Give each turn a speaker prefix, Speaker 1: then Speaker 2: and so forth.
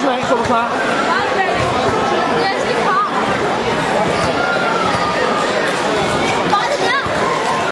Speaker 1: pas